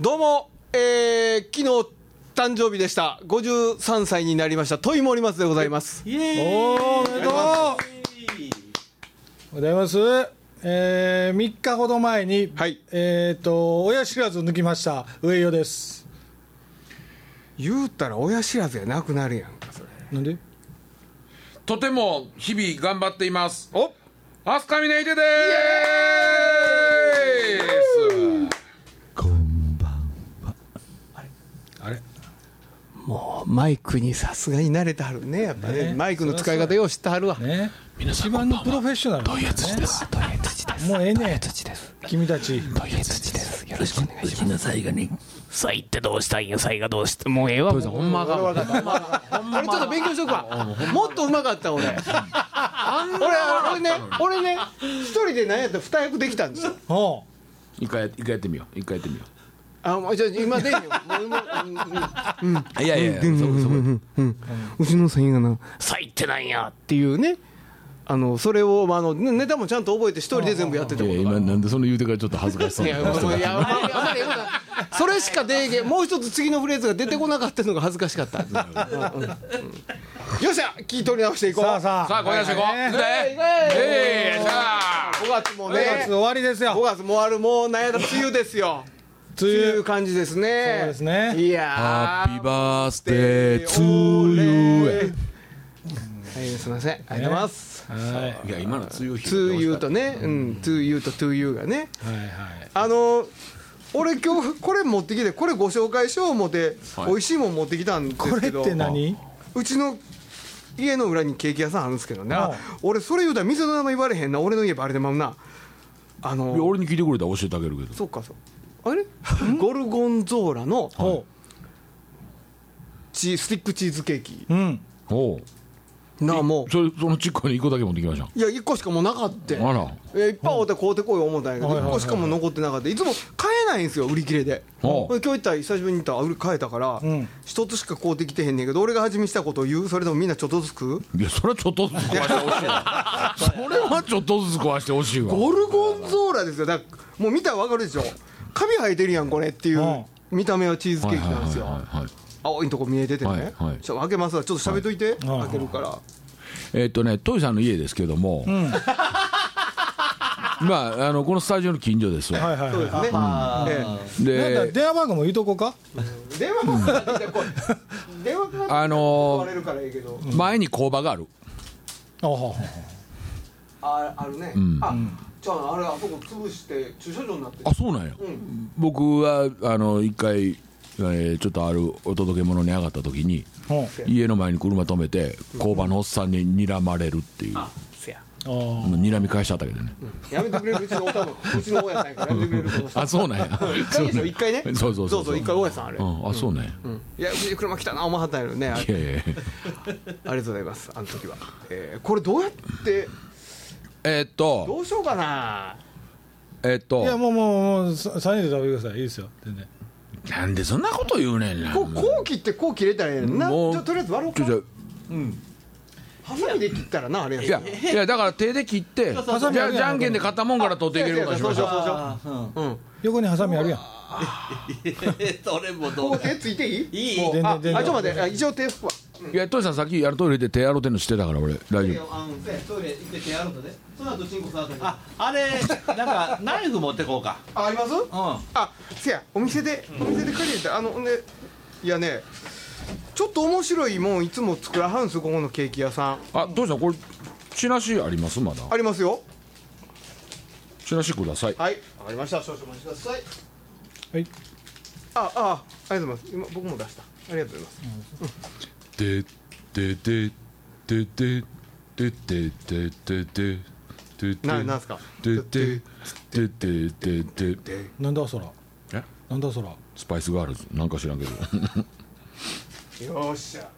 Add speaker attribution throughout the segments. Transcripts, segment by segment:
Speaker 1: どうも、えー、昨日誕生日でした53歳になりましたトイモリマスでございます
Speaker 2: イエーイ
Speaker 3: おーおめでとうおはようございます。えー、3日ほど前に、
Speaker 1: はい
Speaker 3: えっ、と、親知らず抜きました、上与です。
Speaker 1: 言うたら親知らずやなくなるやんかそれ
Speaker 3: なんで
Speaker 2: とても日々頑張っています
Speaker 1: お
Speaker 2: 飛鳥峰秀です
Speaker 1: もうマイクにさすがに慣れてはるねやっぱね
Speaker 3: ね
Speaker 1: マイクの使い方よう知ってはるわ
Speaker 3: ね。一番のプロフェッショナル、ね。どういうやつです。もうええね君たち。
Speaker 4: よろしくお願いします。サイがね、サイってどうしたんや、サイがどうして、もうええわ。
Speaker 2: ほんまか
Speaker 1: 俺ちょっと勉強しとくわもっとうまかった俺 俺俺ね俺ね一人で何やったら二役できたんですよ
Speaker 3: おう
Speaker 2: 一回一回やってみよう一回やってみよ
Speaker 1: あもうちょ今出んよもうもううん
Speaker 2: ういやいやいやそこそこ
Speaker 1: うちのさんがな「さいってなんや」っていうねあのそれを、まあ、あのねネタもちゃんと覚えて一人で全部やってた
Speaker 2: い
Speaker 1: こ
Speaker 2: や
Speaker 1: とが
Speaker 2: 今なんでその言うてからちょっと恥ずかしそう
Speaker 1: い
Speaker 2: な
Speaker 1: やもういやあんまりあんまり言うなそれしか出えげんもう一つ次のフレーズが出てこなかったのが恥ずかしかった、うんうんよっしゃ聞い取り直していこう
Speaker 3: さあさあ。
Speaker 2: さあこれ出していこう行くでえいさあ
Speaker 1: 5月も
Speaker 3: 5月
Speaker 1: ね
Speaker 3: 終わりです
Speaker 1: 5
Speaker 3: よ。
Speaker 1: 月もあるもうなんやら梅雨ですよ
Speaker 3: 梅
Speaker 1: 梅雨
Speaker 3: 雨。
Speaker 1: 感じですね
Speaker 3: そうですね
Speaker 1: いや
Speaker 2: ハッピーバース
Speaker 1: え
Speaker 2: デーツーユ
Speaker 1: はいすいませんありがとうございます
Speaker 3: はい
Speaker 2: ーいや今のツーユー
Speaker 1: 「to you」とね「うん、to you」と「to you」がね
Speaker 3: はいはい。
Speaker 1: あの俺今日これ持ってきてこれご紹介しよう思って、
Speaker 2: はい
Speaker 1: 美味しいもん持ってきたんですけ
Speaker 3: こ
Speaker 1: ど
Speaker 3: れって何
Speaker 1: うちの家の裏にケーキ屋さんあるんですけどね
Speaker 3: ああ
Speaker 1: 俺それ言うたら店の名前言われへんな俺の家バレてまうなあ
Speaker 2: いや
Speaker 1: の
Speaker 2: 俺に聞いてくれたら教えてあげるけど
Speaker 1: そうかそうあれゴルゴンゾーラの
Speaker 3: ほ
Speaker 1: チースティックチーズケーキ
Speaker 3: う。うん。
Speaker 2: おう
Speaker 1: なあも
Speaker 2: それそのチックに一個だけ持ってきましょ
Speaker 1: ういや1個しかもうなかった
Speaker 2: うあら
Speaker 1: いやいっぱいおって買うてこい思ったんやけど
Speaker 3: はいはい
Speaker 1: 1
Speaker 3: はい
Speaker 1: 個しかも残ってなかったいつも買えないんですよ売り切れで
Speaker 2: お
Speaker 1: 今
Speaker 2: う
Speaker 1: 日行ったら久しぶりに行ったらあ売り買えたから
Speaker 3: うん
Speaker 1: 一つしか買うてきてへんねんけど俺が味見したことを言うそれでもみんなちょっとずつ食う
Speaker 2: いやそれはちょっとずつ壊してほしいわそれはちょっとずつ壊してほしいわ
Speaker 1: ゴルゴンゾーラですよだからもう見たら分かるでしょカビ生えてるやんこれっていう見た目はチーズケーキなんです
Speaker 2: はいは
Speaker 1: よ
Speaker 2: いはいはい
Speaker 1: 青いとこ見えてて
Speaker 2: はい
Speaker 1: ね
Speaker 2: はい
Speaker 1: ちょっと開けますわちょっと喋っといて
Speaker 3: はい
Speaker 1: 開けるから
Speaker 2: えっとねトイさんの家ですけども、 まああのこのスタジオの近所ですわ、
Speaker 3: はいはい
Speaker 1: そう
Speaker 3: は
Speaker 1: で
Speaker 3: い。
Speaker 1: すねえ
Speaker 3: なんだ
Speaker 2: で
Speaker 3: 電話番号も言うとこうか。
Speaker 1: え電話かかってきたら来い電話かかってきたら
Speaker 2: あの
Speaker 1: 壊れるからいいけど
Speaker 2: 前に工場がある
Speaker 3: あはは
Speaker 1: ああるね、あじゃああれあそこ潰して駐車場になってる
Speaker 2: あそうなんや、
Speaker 1: ん
Speaker 2: 僕はあの一回、えーちょっとあるお届け物に上がった時に
Speaker 3: ほ
Speaker 2: 家の前に車止めて工場のおっさんに睨まれるっていう、
Speaker 3: う。あ
Speaker 2: 睨み返しちゃったけどね、
Speaker 1: やめてくれるうちの親もうちの親さんやからやめてくれるこの人
Speaker 2: あそうなんや
Speaker 1: 一回でしょ一回ね
Speaker 2: そうそうそ う
Speaker 1: そう一回大家さんあれ、
Speaker 2: うん、あそうね、
Speaker 1: うんいやうちに車来たな思わはったんやろねあれ
Speaker 2: いやいやいや
Speaker 1: ありがとうございますあの時は、えー、これどうやって
Speaker 2: えーっ
Speaker 1: ど
Speaker 2: と
Speaker 1: うしようかな
Speaker 2: えーっ
Speaker 3: あ。いや
Speaker 2: と
Speaker 3: もうもうもうさ三人で食べてください。いいですよ。全然。
Speaker 2: なんでそんなこと言うねんな
Speaker 1: こうこう切ってこう切れたらええねんな
Speaker 2: もう
Speaker 1: じゃあとりあえず割ろう
Speaker 2: ちょち
Speaker 1: か
Speaker 2: ょ
Speaker 1: ハサミで切ったらなあれや
Speaker 2: いやいやだから手で切ってじゃあじゃんけんで買ったもんから取っていけるようにし
Speaker 1: そ
Speaker 2: ま
Speaker 1: う
Speaker 2: し
Speaker 1: そ
Speaker 2: ょ
Speaker 1: うそう
Speaker 2: う
Speaker 1: そううん
Speaker 3: 横にハサミあるやん。
Speaker 4: それも
Speaker 1: こ
Speaker 4: ど
Speaker 1: こ手ついていい
Speaker 4: いい
Speaker 1: もう
Speaker 3: 全然
Speaker 1: ああちょっ
Speaker 3: 全然
Speaker 1: と待ってあ一応手拭くわ
Speaker 2: いやトシさんさっきやるトイレで手洗うてんのしてたから俺大丈夫
Speaker 4: あのねトイレ行って手やるんだね。その後チンコ触って。あ、あれ、なんかナイフ持ってこうか。
Speaker 1: ああります
Speaker 4: う
Speaker 1: あせやお店でお店で借りてあのほんでいやねちょっと面白いもんいつも作らはんすここのケーキ屋さん
Speaker 2: あトシさんこれチラシありますまだ
Speaker 1: ありますよ
Speaker 2: チラシください
Speaker 1: はいわかりました少々お待ちください
Speaker 3: はい。
Speaker 1: ああありがとうございます今僕も出したありがとうございます
Speaker 2: でででででででででででで
Speaker 1: ななんすか
Speaker 2: でででででで
Speaker 3: ん。なんだそら。
Speaker 2: え
Speaker 3: なんだそら。
Speaker 2: スパイスガールズなんか知 らんけど
Speaker 1: よっしゃ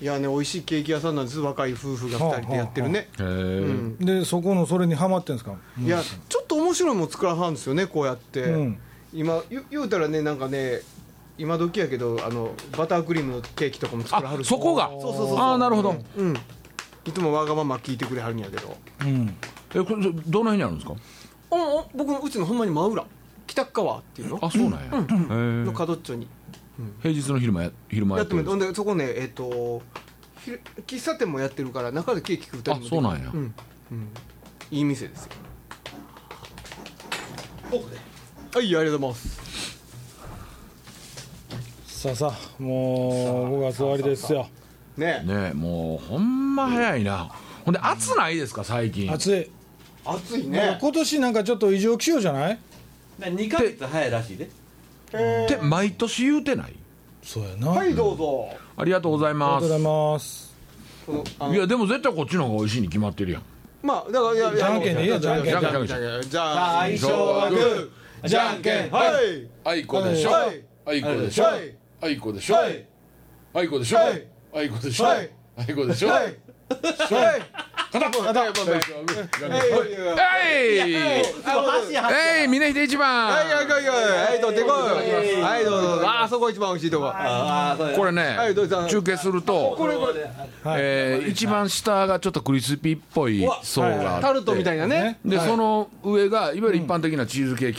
Speaker 1: いやね美味しいケーキ屋さんなんです若い夫婦が2人でやってるね
Speaker 2: へえ
Speaker 3: でそこのそれにハマってんですか。
Speaker 1: いやちょっと面白いもん作らはんですよねこうやって、
Speaker 3: うん
Speaker 1: 今言言うたらねなんかね今時やけどあのバタークリームのケーキとかも作らは
Speaker 2: あ
Speaker 1: る
Speaker 2: そこが
Speaker 1: そうそうそうそう
Speaker 2: ああなるほど
Speaker 1: うんいつもわがまま聞いてくれはるんやけど
Speaker 3: うん。
Speaker 2: えこれどの辺にあるんですか
Speaker 1: おお僕のうちのほんまに真裏北北川っていうの
Speaker 2: あそうなんや、へえ
Speaker 1: の角っちょに
Speaker 2: 平日の昼間や昼間
Speaker 1: や
Speaker 2: や
Speaker 1: っ
Speaker 2: って
Speaker 1: て
Speaker 2: る
Speaker 1: も
Speaker 2: ん
Speaker 1: ら
Speaker 2: で
Speaker 1: ってほんでそこねえっ、とひる喫茶店もやってるから中でケーキ食うたりもできる
Speaker 2: あそうなんや
Speaker 1: うん、うんいい店ですよはいありがとうございます
Speaker 3: さあさあもう5月終わりですよ
Speaker 1: ね
Speaker 2: すねえもうほんま早いなほんで暑ないですか最近
Speaker 3: 暑い
Speaker 1: 暑い
Speaker 3: なんか
Speaker 1: ね
Speaker 3: 今年なんかちょっと異常気象じゃない
Speaker 4: 2ヶ月早いらしいで
Speaker 2: って毎年言うてない
Speaker 3: そうやな、
Speaker 1: は
Speaker 3: あ
Speaker 1: いどうぞ
Speaker 2: ありがとうござい
Speaker 3: りが
Speaker 2: ま
Speaker 3: とうご
Speaker 2: す
Speaker 3: ざいます
Speaker 1: このあの
Speaker 2: いやでも絶対こっちの方が美味しいに決まってるやん
Speaker 1: まあだからいやいや
Speaker 3: じゃんけんでいいよじゃんけん
Speaker 1: じゃんけんじゃんけんじゃんけん
Speaker 4: 最初はグーじゃんけんはい
Speaker 1: い
Speaker 2: あいこでしょ
Speaker 1: はい
Speaker 2: あいこでしょ
Speaker 1: はい
Speaker 2: あいこでしょ
Speaker 1: はい
Speaker 2: あいこでしょ
Speaker 1: はい
Speaker 2: あいこでしょ
Speaker 1: はい
Speaker 2: あいこでしょ
Speaker 1: はいはいはいはい
Speaker 2: えい
Speaker 4: 箸箸
Speaker 2: えい峰秀一
Speaker 1: はいはい
Speaker 2: 番
Speaker 1: はいはいはいどうぞはいどうぞあーそこ一番美味しいとこは
Speaker 4: ああそうや
Speaker 2: これ
Speaker 1: い
Speaker 2: ね
Speaker 1: どうぞ
Speaker 2: 中継すると
Speaker 1: これこれ
Speaker 2: えー一番下がちょっとクリスピーっぽい層があって
Speaker 1: タルトみたいなね
Speaker 2: でその上がいわゆる一般的なチーズケー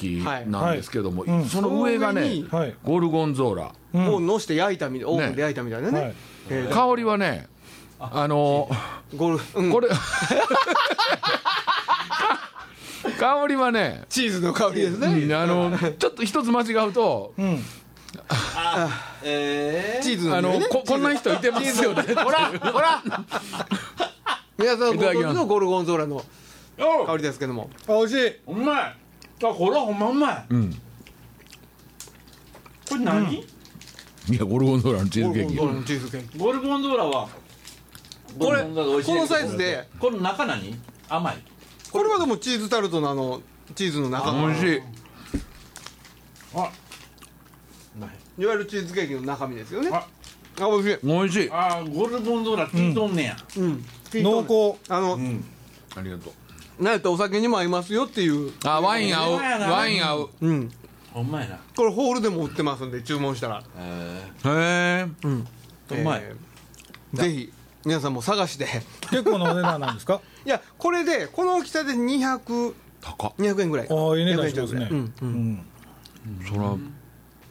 Speaker 2: キなんですけども
Speaker 3: はい
Speaker 2: その上がね
Speaker 1: うん
Speaker 3: はい
Speaker 2: ゴルゴンゾーラ
Speaker 1: もうのして焼いたみたいオーブンで焼いたみたいな
Speaker 3: は
Speaker 1: ね
Speaker 3: い
Speaker 1: えー
Speaker 2: 香りはねあの
Speaker 1: ゴルフうん
Speaker 2: これ 香りはね
Speaker 1: チーズの香りですね
Speaker 2: あのちょっと一つ間違うと
Speaker 3: うん
Speaker 4: え
Speaker 1: チーズ
Speaker 2: あ
Speaker 1: の
Speaker 2: の
Speaker 1: ね
Speaker 2: ここんな人いてますよねほらほら
Speaker 1: 皆さんご
Speaker 2: いただき
Speaker 1: 存
Speaker 2: ま
Speaker 1: 知
Speaker 2: す
Speaker 1: のゴルゴンゾーラの
Speaker 4: えお
Speaker 1: 香りですけども
Speaker 3: あ美味しいう
Speaker 4: まいあこれはほんまうまい
Speaker 2: うん
Speaker 4: これ何
Speaker 2: いやゴルゴンゾーラのチー
Speaker 1: ゴ
Speaker 2: ズケ
Speaker 1: ルゴンゾー
Speaker 2: ーキ
Speaker 1: ラのチーズケーキ
Speaker 4: ゴルゴンゾーラは
Speaker 1: これ
Speaker 4: ゴルゴンゾーラ美味しい
Speaker 1: このサイズで
Speaker 4: この中何甘い
Speaker 1: これはでもチーズタルトのあのチーズの中
Speaker 2: 美味しい
Speaker 4: あ
Speaker 1: いわゆるチーズケーキの中身ですよね
Speaker 4: あ
Speaker 1: あ美味しい
Speaker 2: 美味しい
Speaker 4: あーゴルゴンゾーラ効いとんねや
Speaker 1: うん
Speaker 3: 濃厚
Speaker 1: あの、
Speaker 2: ありがとう
Speaker 1: なんやったらお酒にも合いますよっていう、
Speaker 2: あワイン合うワイン合う
Speaker 1: うん、
Speaker 4: ほんまやな
Speaker 1: これホールでも売ってますんで注文したら
Speaker 2: へえ
Speaker 4: うまい
Speaker 1: えーぜひ皆さんも探して
Speaker 3: 結構なお値段なんですか
Speaker 1: いやこれでこの大きさで200200
Speaker 2: 高っ
Speaker 1: 円ぐらい
Speaker 3: ああいい値段
Speaker 1: 200
Speaker 3: しますね
Speaker 1: ぐ らいうんうん
Speaker 3: うん
Speaker 2: そら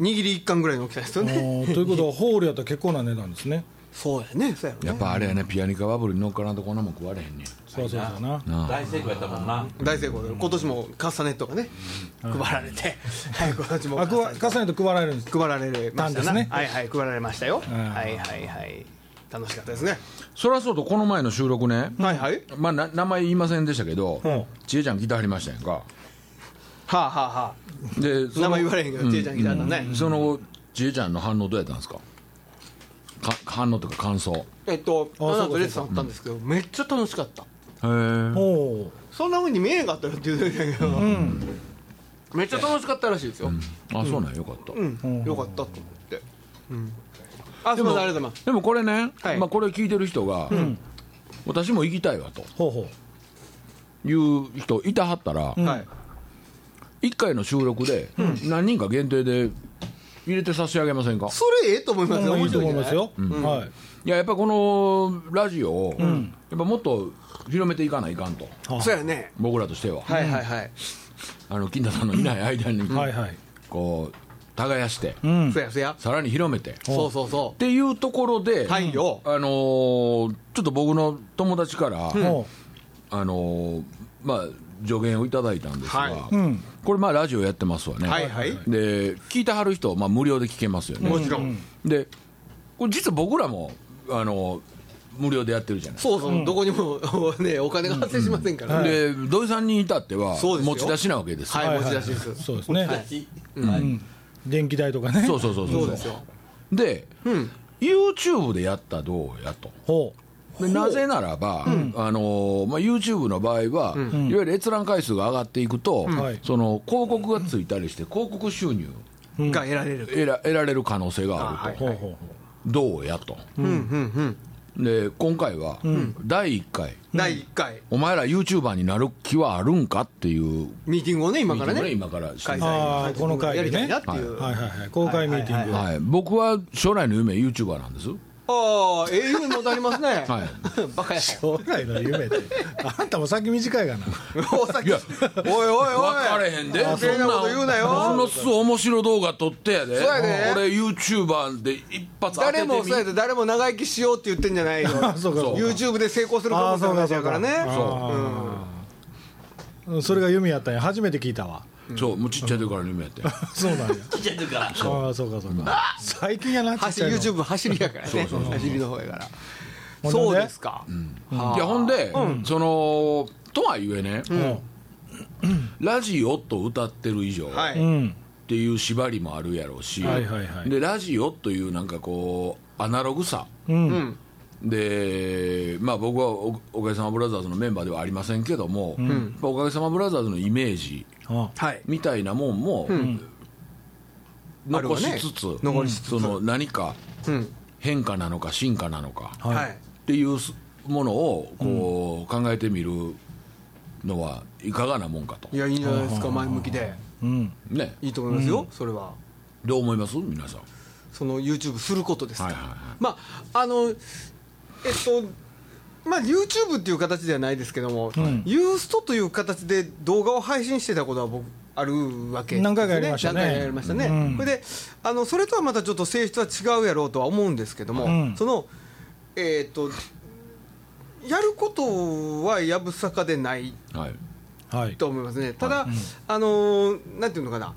Speaker 1: 握り一貫ぐらいの大きさですよ
Speaker 3: あ
Speaker 1: ね
Speaker 3: ーということはホールやったら結構な値段ですね
Speaker 1: そうやねそうやろね
Speaker 2: やっぱあれやねピアニカバブルに乗っからんとこんなもん食われへんね
Speaker 3: そうそうそうな
Speaker 4: 大成功やったもんな
Speaker 1: 大成功で今年もカスタネットがね配られて、はい、今年も
Speaker 3: あくわ
Speaker 1: カスタネット
Speaker 3: 重ねて配られるんです
Speaker 1: 配られました
Speaker 3: たんですね
Speaker 1: はいはい配られましたよ、
Speaker 3: ん
Speaker 1: はいはいはい楽しかったですね
Speaker 2: そらそうとこの前の収録ね
Speaker 1: はいはいは
Speaker 2: まあな名前言いませんでしたけど
Speaker 3: うん
Speaker 2: ちえちゃん来てはりましたやんか
Speaker 1: あはあはあ
Speaker 2: でその
Speaker 1: 名前言われへんけどちえちゃん来たんだね
Speaker 2: その後ちえちゃんの反応どうやったんですかか反応というか感想へ
Speaker 1: えっと
Speaker 3: あそうか
Speaker 1: アナとレッスンあったんですけど、めっちゃ楽しかった
Speaker 2: え
Speaker 3: ほ
Speaker 1: そんなふうに見えへんかったよって言うてたけど、めっちゃ楽しかったらしいですよ
Speaker 2: あそうなんやよかった
Speaker 1: うん、よかったと思って、うん、あすみませんありがとうございます
Speaker 2: でもこれね
Speaker 1: はい
Speaker 2: まあこれ聞いてる人が私も行きたいわと
Speaker 3: うほうほ
Speaker 2: いう人いたはったら
Speaker 1: はい
Speaker 2: 1回の収録で何人か限定で入れて差し上げませんか
Speaker 1: それええと思いますよ
Speaker 3: うい
Speaker 1: 面
Speaker 3: いと
Speaker 1: 白い
Speaker 3: 思
Speaker 1: じ
Speaker 3: い
Speaker 1: ゃ
Speaker 3: ま
Speaker 1: ない
Speaker 3: すよはい
Speaker 2: いややっぱこのラジオをやっぱもっと広めていかないかんと
Speaker 1: そうやね
Speaker 2: 僕らとしては
Speaker 1: はいはいはい、
Speaker 2: あの金田さんのいない間に
Speaker 3: はいはい
Speaker 2: こう耕して
Speaker 3: うん
Speaker 1: そうやそうや
Speaker 2: さらに広めてっ
Speaker 1: そうそうそ
Speaker 2: ていうところで
Speaker 1: うはいよ
Speaker 2: あのーちょっと僕の友達から、
Speaker 3: ほ
Speaker 2: あのーまあ、助言をいただいたんですが、
Speaker 1: は
Speaker 3: ううん
Speaker 2: これ、まあ、ラジオやってますわね、
Speaker 1: はいはい
Speaker 2: で聞いてはる人、まあ、無料で聞けますよね、
Speaker 1: もちろん、
Speaker 2: でこれ実は僕らも、あのー無料でやってるじゃない
Speaker 1: そうそう、どこにも ねお金が発生しませんから、ね
Speaker 2: で土井さんに至っては
Speaker 1: そうですよ
Speaker 2: 持ち出しなわけですよ
Speaker 1: はい持ち出しです、
Speaker 3: そうですね
Speaker 4: はい
Speaker 3: うん電気代とかね
Speaker 2: そうそうそうそう
Speaker 1: そうですよ
Speaker 2: で、YouTube でやったらどうやと
Speaker 3: ほ
Speaker 2: でなぜならば、あのーまあ、YouTube の場合は、いわゆる閲覧回数が上がっていくと、
Speaker 3: はい
Speaker 2: その広告がついたりして、広告収入
Speaker 1: が得られる
Speaker 2: 得ら得られる可能性があると、
Speaker 1: あはいう
Speaker 3: ほうほう
Speaker 2: どうやと、
Speaker 1: うんうんうん
Speaker 2: で今回は、第1回、
Speaker 1: 第1回
Speaker 2: お前ら YouTuber になる気はあるんかっていう
Speaker 1: ミーティングをね今から
Speaker 2: ミーテ
Speaker 1: ね
Speaker 2: ィングを今からして
Speaker 1: 開催
Speaker 2: いただい
Speaker 3: あーこの会
Speaker 1: やり
Speaker 3: 議
Speaker 1: たい
Speaker 3: ね
Speaker 1: なっていう、
Speaker 3: はいはいはい公開ミーティン
Speaker 2: て
Speaker 3: グ
Speaker 2: はい、僕は将来の夢、YouTuber なんです。
Speaker 1: ああ、永遠もたりますね。
Speaker 2: はい
Speaker 1: バカや。
Speaker 3: 将来の夢ってあんたお先短いがな
Speaker 1: お酒
Speaker 2: いや
Speaker 1: おいおいおい。
Speaker 2: 分かれへんで
Speaker 1: 余計なこと言うなよ
Speaker 2: そんなす面白い動画撮ってやで
Speaker 1: そうやで
Speaker 2: 俺 YouTuber で一発当てて
Speaker 1: 誰
Speaker 2: み
Speaker 1: もそうやって誰も長生きしようって言ってんじゃないよ
Speaker 3: そうかそうか
Speaker 1: YouTube で成功するかもしれないからね
Speaker 3: そう、うん、それが夢やったんや初めて聞いたわ
Speaker 2: そうもうちっちゃい時からの夢やって
Speaker 3: そうなんや
Speaker 4: ちっちゃい時から
Speaker 3: ああそうかそうか最近やなちっ
Speaker 1: 走
Speaker 3: ちゃい
Speaker 1: り
Speaker 3: の
Speaker 1: YouTube 走りやからね走りの方やから
Speaker 3: ほんで
Speaker 1: そうですかはい
Speaker 2: やほんで、そのとはいえね、ラジオと歌ってる以上、
Speaker 1: は
Speaker 3: う
Speaker 1: い
Speaker 3: ん
Speaker 2: っていう縛りもあるやろうし、
Speaker 3: はいはいはい
Speaker 2: でラジオというなんかこうアナログさ
Speaker 3: うん、
Speaker 1: うん
Speaker 2: で、まあ、僕はおおかげさまブラザーズのメンバーではありませんけども、やっぱおかげさまブラザーズのイメージ
Speaker 3: あ
Speaker 1: はい
Speaker 2: みたいなもんも、残しつつ、
Speaker 1: あるわね残しつつ
Speaker 2: その何か
Speaker 1: うん
Speaker 2: 変化なのか進化なのか
Speaker 3: はい
Speaker 1: はい
Speaker 2: っていうものをこう、考えてみるのはいかがなもんかと
Speaker 1: い、やいいんじゃないですか前向きで
Speaker 3: うん
Speaker 2: ね、
Speaker 1: いいと思いますよそれは
Speaker 2: どう思います皆さん。
Speaker 1: その YouTube することです
Speaker 2: は
Speaker 1: か
Speaker 2: いはいはい
Speaker 1: まああのえっとまあ、YouTube っていう形ではないですけども、
Speaker 3: ん
Speaker 1: ユーストという形で動画を配信してたことは僕あるわけです、ね、
Speaker 3: 何回かやりましたね
Speaker 1: 何回かやりましたね
Speaker 3: うん
Speaker 1: それであのそれとはまたちょっと性質は違うやろうとは思うんですけども、
Speaker 3: うん
Speaker 1: そのえっ、とやることはやぶさかでない
Speaker 2: はい
Speaker 3: はい
Speaker 1: と思いますね、ただ、あのーなんていうのかな、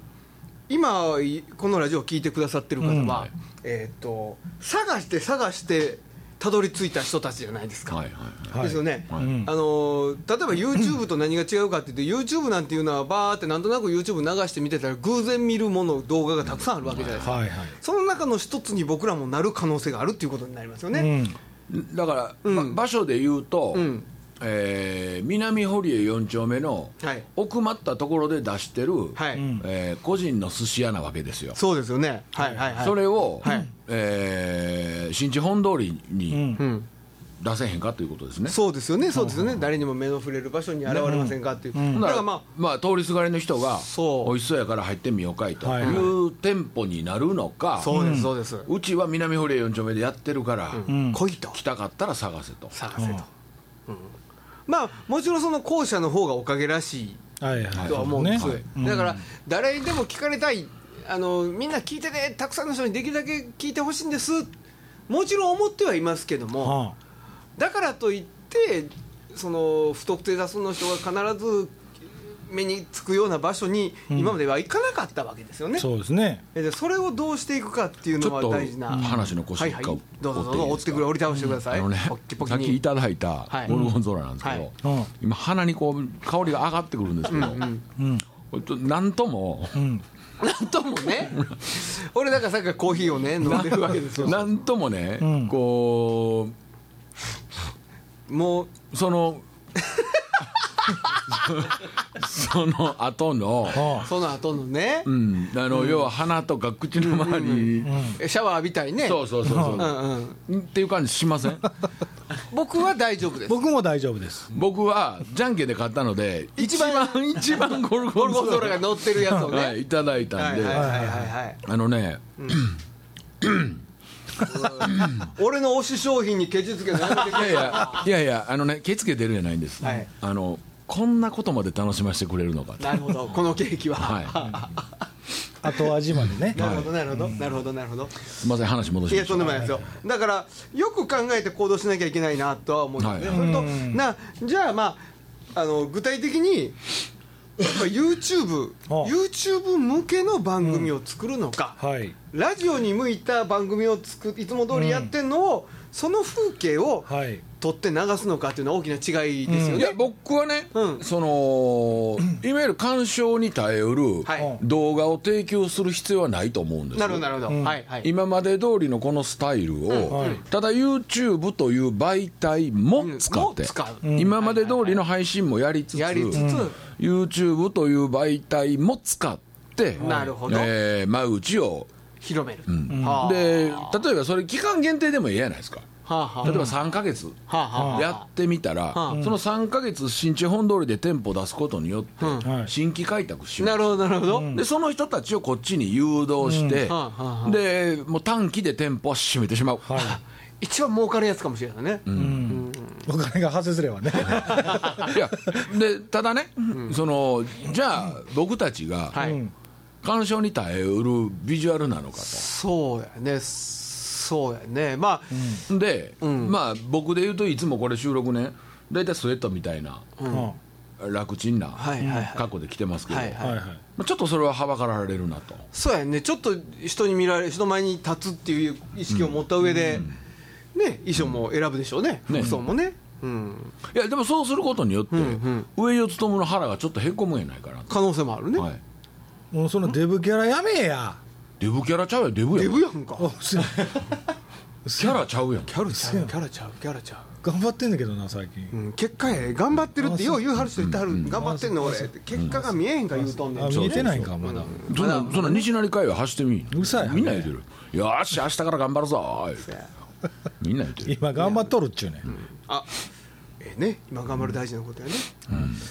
Speaker 1: 今、いこのラジオを聞いてくださってる方は、
Speaker 3: うん
Speaker 2: はい
Speaker 1: えー、と探して探して、たどり着いた人たちじゃないですか。
Speaker 2: はいはいはい
Speaker 3: はい
Speaker 1: ですよね、
Speaker 2: はい
Speaker 3: うん
Speaker 1: あのー例えば YouTube と何が違うかって言って YouTube なんていうのはバーってなんとなく YouTube 流して見てたら偶然見るもの動画がたくさんあるわけじゃないですか、
Speaker 3: はいはい
Speaker 1: その中の一つに僕らもなる可能性があるっていうことになりますよね、
Speaker 3: うん
Speaker 2: だから、ま場所で言うと、
Speaker 1: うん
Speaker 2: えー南堀江4丁目の
Speaker 1: はい
Speaker 2: 奥まったところで出してる、
Speaker 1: はい、
Speaker 3: ん
Speaker 2: えー個人の寿司屋なわけですよ、
Speaker 1: そうですよねはいはいはい
Speaker 2: それを、
Speaker 1: はい
Speaker 2: えー新地本通りに
Speaker 1: うん
Speaker 2: 出せへんかということですね、
Speaker 1: そうですよね、そうですよね、誰にも目の触れる場所に現れませんかっていう、
Speaker 2: ほん
Speaker 1: だ
Speaker 2: な
Speaker 1: から
Speaker 2: ら
Speaker 1: ま
Speaker 2: まあ、通りすがりの人が
Speaker 1: そう
Speaker 2: 美味しそうやから入ってみようかいと
Speaker 3: はいはい
Speaker 2: いう店舗になるのか、
Speaker 1: あ、そうです、そうです、
Speaker 2: うちは南堀江4丁目でやってるから、
Speaker 3: ん
Speaker 1: 来いと、
Speaker 2: 来たかったら探せと、
Speaker 1: 探せと、うんまあ、もちろんその後者の方がおかげらし
Speaker 3: はいはい
Speaker 1: いとは思うんです、
Speaker 2: はい
Speaker 1: だから、誰にでも聞かれたい、あのみんな聞いてね、たくさんの人にできるだけ聞いてほしいんです、もちろん思ってはいますけども。
Speaker 3: あ
Speaker 1: だからといってその不特定多数の人が必ず目につくような場所に今までは行かなかったわけですよね、
Speaker 3: そうですね
Speaker 1: でそれをどうしていくかっていうのは
Speaker 2: ちょっと
Speaker 1: 大事な
Speaker 2: 話の腰
Speaker 1: は
Speaker 2: を
Speaker 1: い
Speaker 2: 一
Speaker 1: はい
Speaker 2: 回
Speaker 1: どうぞどうぞ
Speaker 2: 折
Speaker 1: 折
Speaker 2: っ
Speaker 1: って
Speaker 2: いい
Speaker 1: て
Speaker 2: ですか
Speaker 1: くれ折り倒してください
Speaker 2: あのね
Speaker 1: ポッキポキ
Speaker 2: さっきい
Speaker 1: に
Speaker 2: ただいた
Speaker 1: はい
Speaker 2: ゴルゴンゾーラなんですけど、
Speaker 3: はいうん
Speaker 2: 今鼻にこう香りが上がってくるんですけど、これとなんとも、
Speaker 1: なんともね俺だからさっきからコーヒーをね飲んでるわけですよ
Speaker 2: なんともね、
Speaker 3: ん
Speaker 2: こ
Speaker 1: もう
Speaker 2: うその その後の、
Speaker 3: あ
Speaker 1: その後のね
Speaker 2: うん、あの、要は鼻とか口の周りに、
Speaker 1: シャワー浴びたいね
Speaker 2: そうそうそうそう、
Speaker 1: うんうん、
Speaker 2: っていう感じしません
Speaker 1: 僕は大丈夫です
Speaker 3: 僕も大丈夫です
Speaker 2: 僕はじゃんけんで買ったので一番一番ゴル
Speaker 1: ゴ
Speaker 2: ゴン
Speaker 1: ルゴ
Speaker 2: ゾ
Speaker 1: ンゾ
Speaker 2: ー
Speaker 1: ーラ
Speaker 2: ラ
Speaker 1: が乗ってるやつをね、
Speaker 2: はい、いただいたんで、
Speaker 1: はいはいはいはいはい
Speaker 2: あのね、
Speaker 1: 俺の推し商品にケチつけないでく
Speaker 2: いやい や、いやいや、あのね、ケツけてるじゃないんです、
Speaker 1: はい
Speaker 2: あの、こんなことまで楽しませてくれるのかと。
Speaker 1: なるほど、このケーキは。
Speaker 2: は
Speaker 3: 後味までね
Speaker 1: なるほど、なるほど、なるほど、なるほど。
Speaker 2: い、すみません、話戻し
Speaker 1: い
Speaker 2: ま
Speaker 1: や、
Speaker 2: しょ
Speaker 1: と
Speaker 2: う
Speaker 1: で
Speaker 2: ん
Speaker 1: もないですよ。だから、よく考えて行動しなきゃいけないなとは思うんですね。
Speaker 2: はい
Speaker 1: それと、
Speaker 3: うん
Speaker 1: な、じゃあ、まあ、あの、具体的に。やっぱ YouTube、
Speaker 3: あ
Speaker 1: YouTube 向けの番組を作るのか、
Speaker 3: はい
Speaker 1: ラジオに向いた番組を作いつも通りやってんのを、その風景を
Speaker 3: はい
Speaker 1: 撮って流すのかっていうのは大きな違いですよ
Speaker 2: い
Speaker 1: ね。
Speaker 2: や、僕はね、
Speaker 1: うん
Speaker 2: その、いわゆる干渉に耐えうる
Speaker 1: はい
Speaker 2: 動画を提供する必要はないと思うんです
Speaker 1: な
Speaker 2: よ
Speaker 1: るほど、なるほど、はい、はい。
Speaker 2: 今まで通りのこのスタイルを、
Speaker 3: はい
Speaker 2: ただ YouTube という媒体も使って、
Speaker 1: うんも使う
Speaker 2: 今まで通りの配信もやりつつ、
Speaker 1: やりつつ
Speaker 2: YouTube という媒体も使って、
Speaker 1: なるほど
Speaker 2: えー間口を、
Speaker 1: 広める。はあ
Speaker 2: で、例えばそれ、期間限定でもいいじゃないですか、
Speaker 1: はあ、はあ
Speaker 2: 例えば3ヶ月
Speaker 1: はあはあ、
Speaker 2: やってみたら、その3ヶ月、新地本通りで店舗出すことによって、
Speaker 3: はい
Speaker 2: 新規開拓しよう
Speaker 1: なるほどなるほど、
Speaker 2: でその人たちをこっちに誘導して、
Speaker 1: はあはあはあ
Speaker 2: でもう短期で店舗は閉めてしまう、
Speaker 1: 一番儲かるやつかもしれないね、
Speaker 3: うんお金が発生すればね
Speaker 2: いやでただね、そのじゃあ僕たちが
Speaker 1: はい、
Speaker 3: ん
Speaker 2: 鑑賞に耐えうるビジュアルなのか
Speaker 1: そうやねそうやねまあ、
Speaker 2: とで、まあ僕で言うといつもこれ収録ね大体スウェットみたいな
Speaker 3: うんは
Speaker 2: 楽ちんな
Speaker 1: はいはいはい
Speaker 2: 格好で来てますけど、
Speaker 1: はいはい
Speaker 3: いはい
Speaker 2: まあちょっとそれははばかられるなと
Speaker 1: そうやねちょっと人に見られ人前に立つっていう意識を持った上で、ね衣装も選ぶでしょうね、
Speaker 2: ね
Speaker 1: 服装もね、うん、
Speaker 2: いやでもそうすることによって、
Speaker 1: ん
Speaker 2: 上四つともの腹がちょっとへこむんやないかなと、
Speaker 1: 可能性もあるね、
Speaker 2: はい、
Speaker 3: もうそのデブキャラやめえや
Speaker 2: デブキャラちゃうやんデブや
Speaker 1: デ
Speaker 2: ん
Speaker 1: ブやんか
Speaker 3: あすいません
Speaker 2: キャラちゃうやん
Speaker 1: キャラちゃうキャラちゃうキャラちゃ
Speaker 3: 頑張ってんだけどな最近
Speaker 1: う、うん、結果やね頑張ってるってよう言うはる人いてはる、頑張ってんの俺って結果が見えへんから言うとんねん、
Speaker 3: あ見えてないんかまだ
Speaker 2: そんなそんな西成海は走ってみ
Speaker 3: うるさい
Speaker 2: みんな言うてるよーし明日から頑張るぞ言うてみんな言うてる
Speaker 3: 今頑張っとるっちゅうねん
Speaker 1: あええね今頑張る大事なことやね、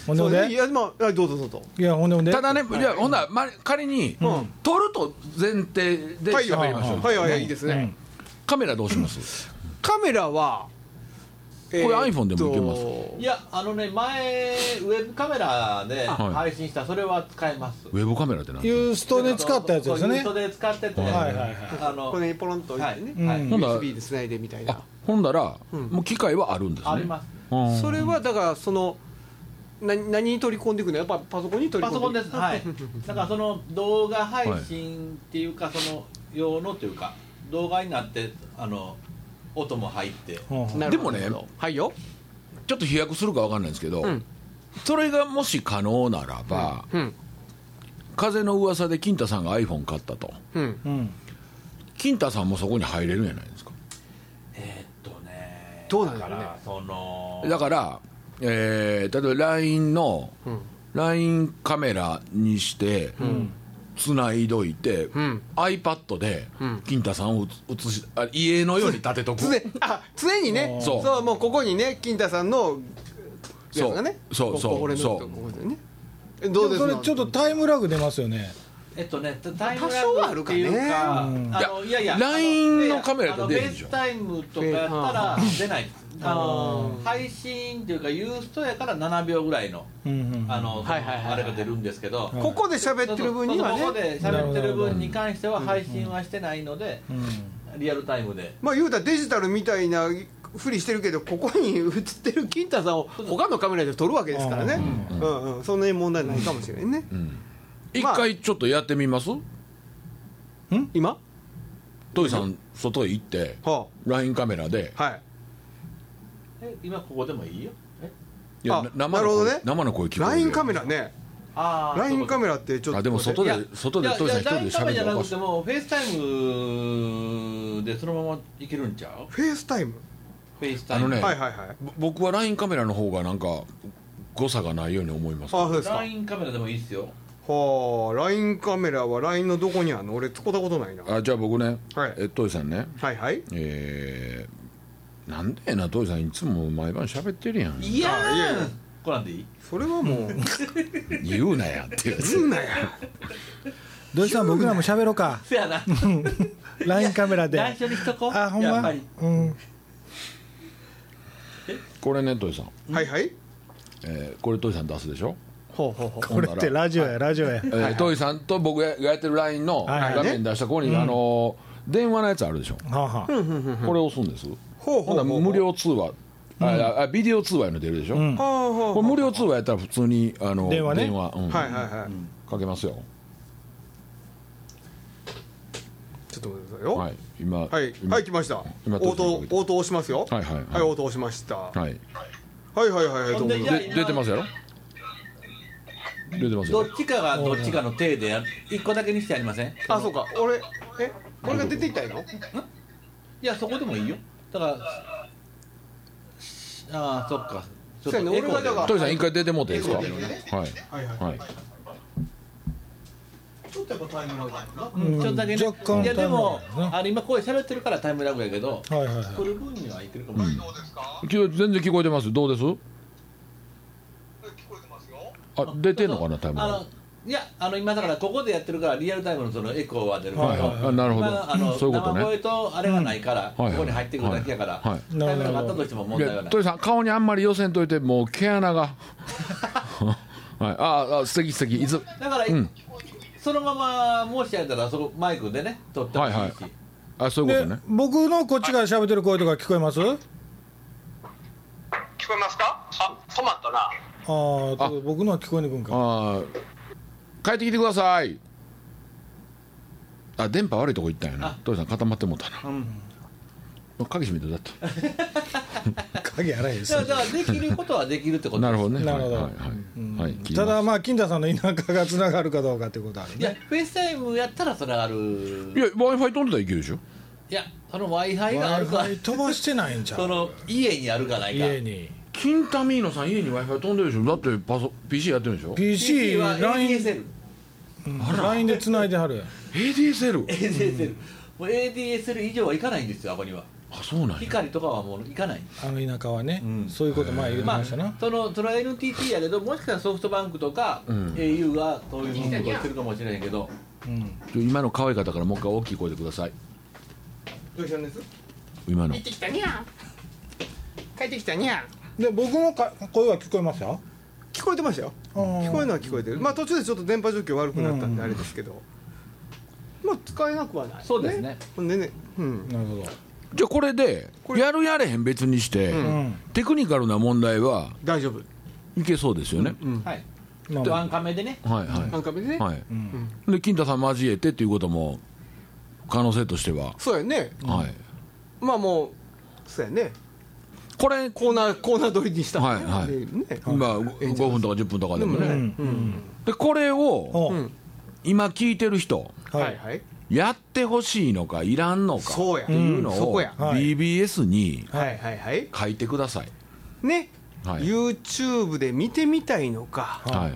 Speaker 3: ほん
Speaker 1: そう
Speaker 3: で
Speaker 1: ねいやまああどうぞどうぞ
Speaker 3: いやほんでほんで
Speaker 2: ただね、いやほんなら、ま、仮に、撮ると前提で
Speaker 1: はい
Speaker 2: 喋
Speaker 1: はい
Speaker 2: りましょう、
Speaker 1: はいはいいいですね、
Speaker 2: カメラどうします
Speaker 1: カメラはこ
Speaker 2: れ iPhone でもいけます
Speaker 4: いやあのね前ウェブカメラで
Speaker 2: はい
Speaker 4: 配信したそれは使えます
Speaker 2: ウェブカメラってなんですか
Speaker 3: ユーストで使ったやつです
Speaker 4: そう
Speaker 3: ね
Speaker 4: ユーストで使ってて
Speaker 2: はい
Speaker 3: はいはい
Speaker 4: あの
Speaker 1: これにポロンと置いてね、
Speaker 4: はいはい
Speaker 2: うん
Speaker 1: USB でつないでみたい
Speaker 2: あ
Speaker 1: な
Speaker 2: ほんだら、もう機械はあるんですね
Speaker 4: あります
Speaker 2: うん
Speaker 1: それはだからそのな何に取り込んでいくのやっぱパソコンに取り
Speaker 4: パ
Speaker 1: 込んで
Speaker 4: ソ
Speaker 1: いく
Speaker 4: コンですはいだからその動画配信っていうかその用のというか動画になってあの音も入って
Speaker 3: うんう ん
Speaker 1: なる
Speaker 2: で
Speaker 1: ほ
Speaker 2: も
Speaker 1: ど
Speaker 2: ね
Speaker 1: はいよ
Speaker 2: ちょっと飛躍するかわかんないんですけど、
Speaker 1: ん
Speaker 2: それがもし可能ならば、
Speaker 1: うん
Speaker 2: 風の噂で金太さんが iPhone 買ったと
Speaker 1: うん
Speaker 3: うん
Speaker 2: 金太さんもそこに入れるんじゃないですか
Speaker 4: えーっとね
Speaker 1: どうなんだろうね
Speaker 4: からその
Speaker 2: だから、えー例えば LINE の、
Speaker 1: うん
Speaker 2: LINE カメラにして、つないどいて、
Speaker 1: ん
Speaker 2: iPad で
Speaker 1: ん
Speaker 2: 金太さんを映しあ家のように立てとく
Speaker 1: 常あ常にね
Speaker 2: そう
Speaker 1: もうここにね金太さんのやつがね
Speaker 2: そうそう
Speaker 1: ここ俺の
Speaker 2: そう
Speaker 1: とこでねえどうです
Speaker 3: それちょっとタイムラグ出ますよね
Speaker 4: えっとね、タイム
Speaker 1: 多少は
Speaker 4: ラ
Speaker 1: あ
Speaker 4: グ
Speaker 1: る
Speaker 4: っ
Speaker 1: か
Speaker 4: て
Speaker 1: ね
Speaker 4: いうか、あのいやいや、
Speaker 2: LINE のカメラやったら出
Speaker 4: 出
Speaker 2: へ
Speaker 4: な
Speaker 2: で
Speaker 4: んいで
Speaker 2: し
Speaker 4: し
Speaker 2: ょ
Speaker 4: ょ。フェイスタイムとかやったら出ない。あの配信っていうかユーストやから7秒ぐらいの
Speaker 3: うんうん
Speaker 4: あの
Speaker 1: はいはいはいはい
Speaker 4: あれが出るんですけど。
Speaker 1: ここで喋ってる分には
Speaker 4: そうそうここ
Speaker 1: ね
Speaker 4: で喋ってる分に関しては配信はしてないので、リアルタイムで。
Speaker 1: まあ言うたらデジタルみたいなふりしてるけどここに映ってる金太さんを他のカメラで撮るわけですからねうんうんそんなに問題ないかもしれんね
Speaker 2: 一
Speaker 1: まあ
Speaker 2: 回ちょっとやってみます
Speaker 1: 今
Speaker 2: トイさん外へ行って
Speaker 1: は
Speaker 2: LINE カメラで
Speaker 1: あはい
Speaker 4: え今ここでもいいよ。え
Speaker 2: いや
Speaker 1: あ
Speaker 2: な生
Speaker 1: な
Speaker 2: の
Speaker 1: るほど
Speaker 2: 声
Speaker 1: ね
Speaker 2: 生の声聞こえる
Speaker 1: LINE カメラね
Speaker 4: あー
Speaker 1: LINE カメ
Speaker 4: ラ。
Speaker 1: ラってちょっと
Speaker 2: あでも外
Speaker 4: いや
Speaker 2: で外で
Speaker 4: いや
Speaker 2: トイさん一人で
Speaker 4: いや LINE カ
Speaker 2: 喋
Speaker 4: メラじ
Speaker 2: っ
Speaker 4: ゃ
Speaker 2: たら
Speaker 4: な
Speaker 2: おか
Speaker 4: く
Speaker 2: しい
Speaker 4: てもフェイスタイムでそのままいけるんちゃう？
Speaker 1: フェイスタイム
Speaker 4: フェイスタイム。
Speaker 2: あのね
Speaker 1: はいはいはい
Speaker 2: ぼ僕は LINE カメラの方がなんか誤差がないように思いま
Speaker 1: あ
Speaker 2: す
Speaker 1: そうですか
Speaker 4: LINE カメラでもいいですよ。
Speaker 1: はあ LINE カメラは LINE のどこにあるの俺使ったことないなは
Speaker 2: あじゃあ僕ね、
Speaker 1: はい
Speaker 2: えトイさんね
Speaker 1: いはい
Speaker 2: えー、なんでやなトイさんいつも毎晩喋ってるやん
Speaker 4: いや
Speaker 1: あいやいや
Speaker 4: ーこれなんでいい
Speaker 1: それはもう
Speaker 2: 言うなやっていうやつ
Speaker 1: 言んなや
Speaker 3: 土井さん僕らも喋ろうか
Speaker 4: せやな
Speaker 3: LINE カメラ で
Speaker 4: 内緒にしとこう
Speaker 3: あほん
Speaker 4: やっぱ
Speaker 3: ま
Speaker 4: り
Speaker 3: うん
Speaker 2: これねトイさん、
Speaker 1: はいはい
Speaker 2: えーこれトイさん出すでしょ
Speaker 1: ほうほうほう
Speaker 3: これってラジオやラジオや
Speaker 2: えートイさんと僕がやってる LINE の
Speaker 3: はいはい
Speaker 2: 画面出したここに、あのー電話のやつあるでしょ、
Speaker 3: はあはあ
Speaker 2: これ押すんです
Speaker 1: ほう
Speaker 2: ほんなら無料通話、ああビデオ通話いうの出るでしょ、
Speaker 3: ん
Speaker 2: こ
Speaker 1: ほうほう
Speaker 2: れ無料通話やったら普通にあの
Speaker 3: 電話ね
Speaker 2: うん
Speaker 1: はいはいはい
Speaker 2: かけますよ、
Speaker 1: ちょっと待ってくださいよ
Speaker 2: はい今
Speaker 1: はい、
Speaker 2: 今
Speaker 1: はい、来ました。応
Speaker 2: 今
Speaker 1: 答、
Speaker 2: 通知が来て
Speaker 1: 応答押しますよ。
Speaker 2: はいはいはい
Speaker 1: 応答押しました。は
Speaker 2: はい
Speaker 1: い、はい、はい、はい、どうも
Speaker 4: ほん
Speaker 1: どう
Speaker 4: で
Speaker 1: も
Speaker 4: じゃあ
Speaker 2: で出てますやろ出てます
Speaker 4: ど
Speaker 2: よ
Speaker 4: っちかがどっちかの手でや一個だけにしてやりません
Speaker 1: あ、そうか、俺、え、俺が出ていったんやの。
Speaker 4: いやそこでもいいよだからああそっかち
Speaker 1: そうやね
Speaker 4: エコーで
Speaker 1: 俺がだか
Speaker 2: トイさん一回出てもうていいですか
Speaker 1: 出てもね
Speaker 2: はいはい
Speaker 1: ちょっとやっぱタイムラグあるな。
Speaker 4: うんちょっとだけね
Speaker 3: 若干
Speaker 4: いやでも
Speaker 3: タイムラグね
Speaker 4: あの今声喋ってるからタイムラグやけど
Speaker 3: はいはいはい
Speaker 4: 来る分にはいけるかもしれない
Speaker 2: き全然聞こえてますどうですあ出てんのかなタイムラ
Speaker 4: あ
Speaker 2: グ
Speaker 4: のいやあの今だからここでやってるからリアルタイムのそのエコーは出るけど、
Speaker 3: はいはい
Speaker 2: あなるほ
Speaker 4: まああの
Speaker 2: どそういうこと
Speaker 4: 生声
Speaker 2: ね
Speaker 4: とあれがないから、
Speaker 2: うんはいはい
Speaker 4: ここに入ってくるだけやから、
Speaker 2: はいはい
Speaker 4: タイムがあったとしても問
Speaker 2: い
Speaker 4: 題は
Speaker 2: や
Speaker 4: ない
Speaker 2: 鳥さん顔にあんまり寄せんといてもう毛穴が はいああ素敵素敵いつ
Speaker 4: だから、
Speaker 2: ん
Speaker 4: そのままもしやったらそこマイクでね撮ってほしいし、
Speaker 2: はいはいあそういうこ
Speaker 3: で
Speaker 2: とね
Speaker 3: 僕のこっちから喋ってる声とか聞こえますあ
Speaker 5: 聞こえますかあ止まったな
Speaker 3: あ僕のは聞こえにくんか
Speaker 2: ああ帰ってきてくださいあ電波悪いとこ行ったんやな鳥さん固まってもうたな、鍵閉めてだった
Speaker 3: 影荒いです
Speaker 4: だからだからできることはできるってこと
Speaker 2: なるほどね
Speaker 3: なるほど
Speaker 2: はいはいはい、はい、
Speaker 3: ただ
Speaker 2: 聞き
Speaker 3: まあ金田さんの田舎がつながるかどうかっていうことある
Speaker 4: いや
Speaker 3: ね
Speaker 4: フェイスタイムやったらそれある
Speaker 2: ますいや w i f i 飛んでたらいけるでしょ
Speaker 4: いやその w i f i があるか
Speaker 3: Wi-Fi 飛ばしてないんちゃ
Speaker 4: そうの家にあるかないか
Speaker 3: 家に
Speaker 2: 金タミーノさん家に w i f i 飛んでるでしょだってパソ PC やってるでしょ
Speaker 3: PC
Speaker 4: は
Speaker 3: LINE
Speaker 4: ADSL
Speaker 3: ラインでつないではる
Speaker 2: ADSL
Speaker 4: ADSL もう ADSL 以上はいかないんですよあこには
Speaker 2: あそうなんや
Speaker 4: 光とかはもういかない
Speaker 3: あの田舎はね
Speaker 4: うん
Speaker 3: そういうこと前言って
Speaker 4: ま
Speaker 3: ま
Speaker 4: あ
Speaker 3: したな
Speaker 4: そのその NTT やけどもしかしたらソフトバンクとか、
Speaker 2: ん
Speaker 4: au がそういうことをしてるかもしれへんけど
Speaker 3: うん
Speaker 2: ちょ今の可愛かったからもう一回大きい声でください
Speaker 1: どうしたんです
Speaker 2: 今の
Speaker 1: 行ってきたにゃ帰ってきたにゃ
Speaker 3: で僕のか声は聞こえますよ
Speaker 1: 聞こえてましたよ
Speaker 3: あー
Speaker 1: 聞こえるのは聞こえてるまあ途中でちょっと電波状況悪くなったんであれですけどまあ使えなくはない
Speaker 4: そうですね
Speaker 1: ほんでねうん
Speaker 3: なるほど
Speaker 2: じゃあこれでやるやれへん別にして、
Speaker 3: うん
Speaker 2: テクニカルな問題は
Speaker 1: 大丈夫
Speaker 2: いけそうですよね、
Speaker 4: はい
Speaker 3: まあま
Speaker 4: ワ
Speaker 3: あ
Speaker 4: ンカメでね
Speaker 2: はいはい、
Speaker 1: 半壁でね
Speaker 2: はい
Speaker 3: うん
Speaker 2: で金太さん交えてっていうことも可能性としては、
Speaker 1: そうやね
Speaker 2: はい
Speaker 1: まあもうそうやね
Speaker 2: これ
Speaker 1: コーナーコーナー取りにした
Speaker 2: はいはい
Speaker 1: でね
Speaker 2: 今5分とか10分とかでもね、
Speaker 1: でも
Speaker 3: うんうん
Speaker 2: でこれを
Speaker 3: お
Speaker 1: うん
Speaker 2: 今聞いてる人
Speaker 1: はいはい
Speaker 2: やってほしいのかいらんのかっ
Speaker 1: そうや
Speaker 2: ていうの
Speaker 1: うんそ
Speaker 2: を
Speaker 1: こや
Speaker 3: はい
Speaker 2: BBS に
Speaker 1: はいはいはい
Speaker 2: 書いてください、
Speaker 1: ね
Speaker 2: はい
Speaker 1: YouTube で見てみたいのか
Speaker 2: は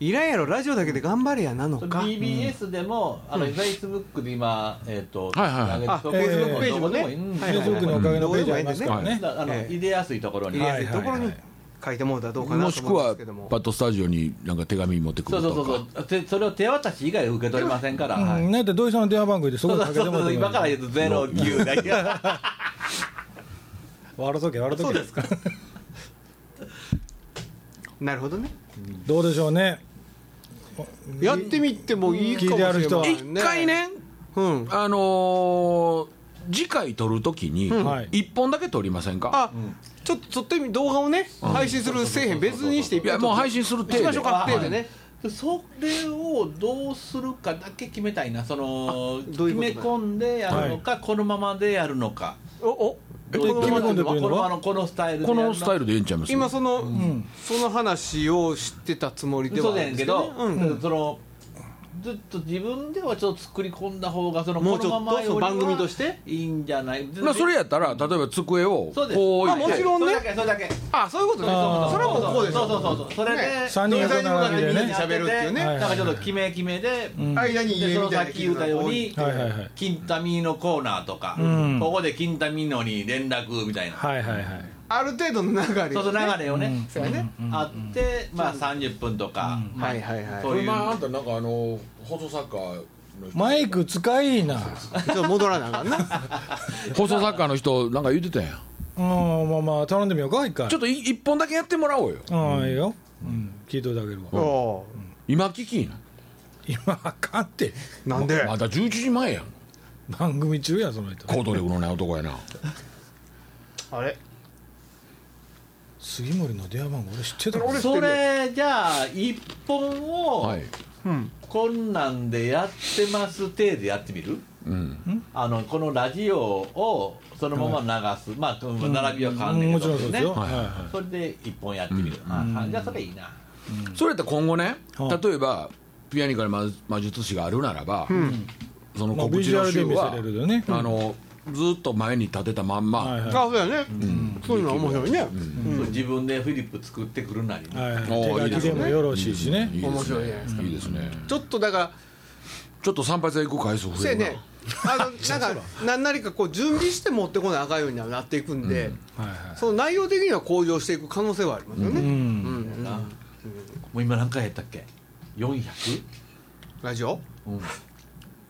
Speaker 2: い
Speaker 1: いらんやろラジオだけで頑張れやなのか
Speaker 4: BBS でも、あの Facebook で今、えっと
Speaker 2: はいはいはい
Speaker 4: 上げて
Speaker 1: あ
Speaker 4: そこ
Speaker 1: フェイスブッ
Speaker 4: ど
Speaker 1: ク
Speaker 4: こ
Speaker 1: ペー
Speaker 4: で
Speaker 1: ジ
Speaker 4: も
Speaker 1: もね
Speaker 4: いいうん
Speaker 1: は
Speaker 3: フ
Speaker 1: い
Speaker 3: ェイ
Speaker 1: は
Speaker 3: ス
Speaker 1: い
Speaker 3: ブ
Speaker 1: は
Speaker 3: ック
Speaker 1: い
Speaker 3: のおかげのページありますから
Speaker 2: はい
Speaker 3: ね
Speaker 4: だあの
Speaker 1: ええ
Speaker 4: 入れやすいところに
Speaker 1: 入れやすいところに書いてもうたらどうかなと
Speaker 2: もし
Speaker 1: 思
Speaker 2: く
Speaker 1: うんで
Speaker 2: は
Speaker 1: すけども
Speaker 2: パッドスタジオになんか手紙持ってく
Speaker 4: そ
Speaker 2: る
Speaker 4: う
Speaker 2: と
Speaker 4: そ
Speaker 2: か
Speaker 4: うそうそうてそれを手渡し以外受け取りませんから、
Speaker 3: う
Speaker 4: はい
Speaker 3: んなんて土井さんの電話番組でそ
Speaker 4: そ
Speaker 3: こ
Speaker 4: う
Speaker 3: に
Speaker 4: そう
Speaker 3: かけ
Speaker 4: そ
Speaker 3: て
Speaker 4: う
Speaker 3: もらっ
Speaker 4: そう
Speaker 3: て
Speaker 4: 今から言うと09だけ
Speaker 3: 笑うとけ笑うとけ
Speaker 1: そうですかなるほどね
Speaker 3: どうでしょうね
Speaker 1: やってみてもいいかもしれない
Speaker 3: 聞いてある
Speaker 2: 一回ね
Speaker 1: うん
Speaker 2: あのー次回撮るときに
Speaker 3: んはい
Speaker 2: 1本だけ撮りませんか、
Speaker 1: あちょっと撮ってみ動画をね配信するせえへん別にしてい
Speaker 2: いやもう配信す
Speaker 1: 行
Speaker 2: る程
Speaker 1: き
Speaker 2: 度
Speaker 1: ましょうか
Speaker 4: 手
Speaker 1: 手
Speaker 4: で
Speaker 1: でね
Speaker 4: それをどうするかだけ決めたいなその
Speaker 1: あどういうことだ
Speaker 4: 決め込んでやるのか、このままでやるのか
Speaker 1: おお
Speaker 2: え
Speaker 4: どういう
Speaker 3: 決め込んで
Speaker 4: こと
Speaker 3: いうのは
Speaker 4: このままのこのスタイルで
Speaker 2: このスタイルでええんちゃいます
Speaker 1: 今そのその話を知ってたつもりでは
Speaker 4: そう
Speaker 1: あ
Speaker 4: だ
Speaker 1: るん
Speaker 4: ん
Speaker 1: で
Speaker 4: け
Speaker 1: すけど
Speaker 4: ど
Speaker 1: ね、うん
Speaker 4: そのずっと自分ではちょっと作り込んだ方がその
Speaker 1: もうちょっと
Speaker 4: このままよりは
Speaker 1: その番組として
Speaker 4: いいんじゃない
Speaker 2: まあ、それやったら例えば机を
Speaker 4: そうです
Speaker 2: こう
Speaker 1: あも
Speaker 2: 置い
Speaker 1: ち
Speaker 2: て
Speaker 1: ろん
Speaker 4: それだけそれだけ
Speaker 1: あそういうことね
Speaker 3: あー
Speaker 1: それはもうこうでし
Speaker 4: そ
Speaker 1: ょ
Speaker 4: うそうそうそうそれで
Speaker 1: ね
Speaker 4: そ
Speaker 3: 三
Speaker 4: れ
Speaker 3: 人
Speaker 4: で
Speaker 3: 横並びでね
Speaker 1: 喋るっていうね
Speaker 4: なんかちょっと決め決めで
Speaker 3: うん
Speaker 1: 間に
Speaker 4: で
Speaker 1: 家
Speaker 4: そ
Speaker 1: み
Speaker 4: の
Speaker 1: た
Speaker 4: さ
Speaker 1: い
Speaker 4: っ
Speaker 1: な
Speaker 4: き言ったように
Speaker 3: はいはいはい
Speaker 4: 「金タミーノコーナー」とか
Speaker 3: うん
Speaker 4: 「ここで金タミーノに連絡」みたいな
Speaker 3: はいはいはい
Speaker 1: ある程度の流れ
Speaker 4: そうそう流れをね
Speaker 1: そうやね
Speaker 4: あってまあ30分とかまあ
Speaker 1: はいはいはい
Speaker 4: そういう
Speaker 2: あんたなんかあの放送作家の
Speaker 3: マイク使いな
Speaker 1: ちょっと戻らなあかんな
Speaker 2: 放送作家の人なんか言ってたやん
Speaker 3: うんまあまあ頼んでみようか一回
Speaker 2: ちょっとい一本だけやってもらおうよ
Speaker 3: うんいいようん聞いといてあげるわ
Speaker 1: お
Speaker 2: 今聞きな
Speaker 3: 今あかんって
Speaker 1: うなんで
Speaker 2: まだ11時前やん
Speaker 3: 番組中やその人
Speaker 2: 行動力のない男やな
Speaker 1: あれ
Speaker 3: 杉森の電話番号俺知ってたの
Speaker 4: それじゃあ一本を
Speaker 2: はい
Speaker 1: うん
Speaker 4: こんなんでやってます体でやってみる
Speaker 2: うん
Speaker 4: あのこのラジオをそのまま流す、まあこの並びは変わんねん
Speaker 3: も
Speaker 4: け
Speaker 3: ち
Speaker 4: ど
Speaker 3: ろんそうですよ
Speaker 4: ね
Speaker 3: はいはい
Speaker 4: それで一本やってみる、ああじゃあそれいいな、
Speaker 2: それやったら今後ね
Speaker 3: はあ
Speaker 2: 例えばピアニカル魔魔術師があるならば、その
Speaker 3: まあ
Speaker 2: 告知の週は、
Speaker 3: ビジュアルで見せれるよね
Speaker 2: あのずっと前に立てたまんま、
Speaker 3: はい
Speaker 1: あ
Speaker 3: はい
Speaker 1: そうやねそういうのは面白いね
Speaker 4: そう自分でフィリップ作ってくるなり、ね
Speaker 3: はい
Speaker 2: おー
Speaker 3: 手書きでもよろしいしね
Speaker 2: いいですね
Speaker 1: 面白いじゃないですか
Speaker 2: いいですね
Speaker 1: ちょっとだから
Speaker 2: ちょっと参拝座行く回数増
Speaker 1: せ
Speaker 2: え
Speaker 1: や
Speaker 2: るな
Speaker 1: ねあのなんか何なりかこう準備して持ってこないあかんようにはなっていくんで、
Speaker 3: はいは
Speaker 1: その内容的には向上していく可能性はありますよね、
Speaker 3: いう
Speaker 1: う
Speaker 3: ん
Speaker 1: ん
Speaker 4: なもう今何回やったっけ400
Speaker 1: ラジオ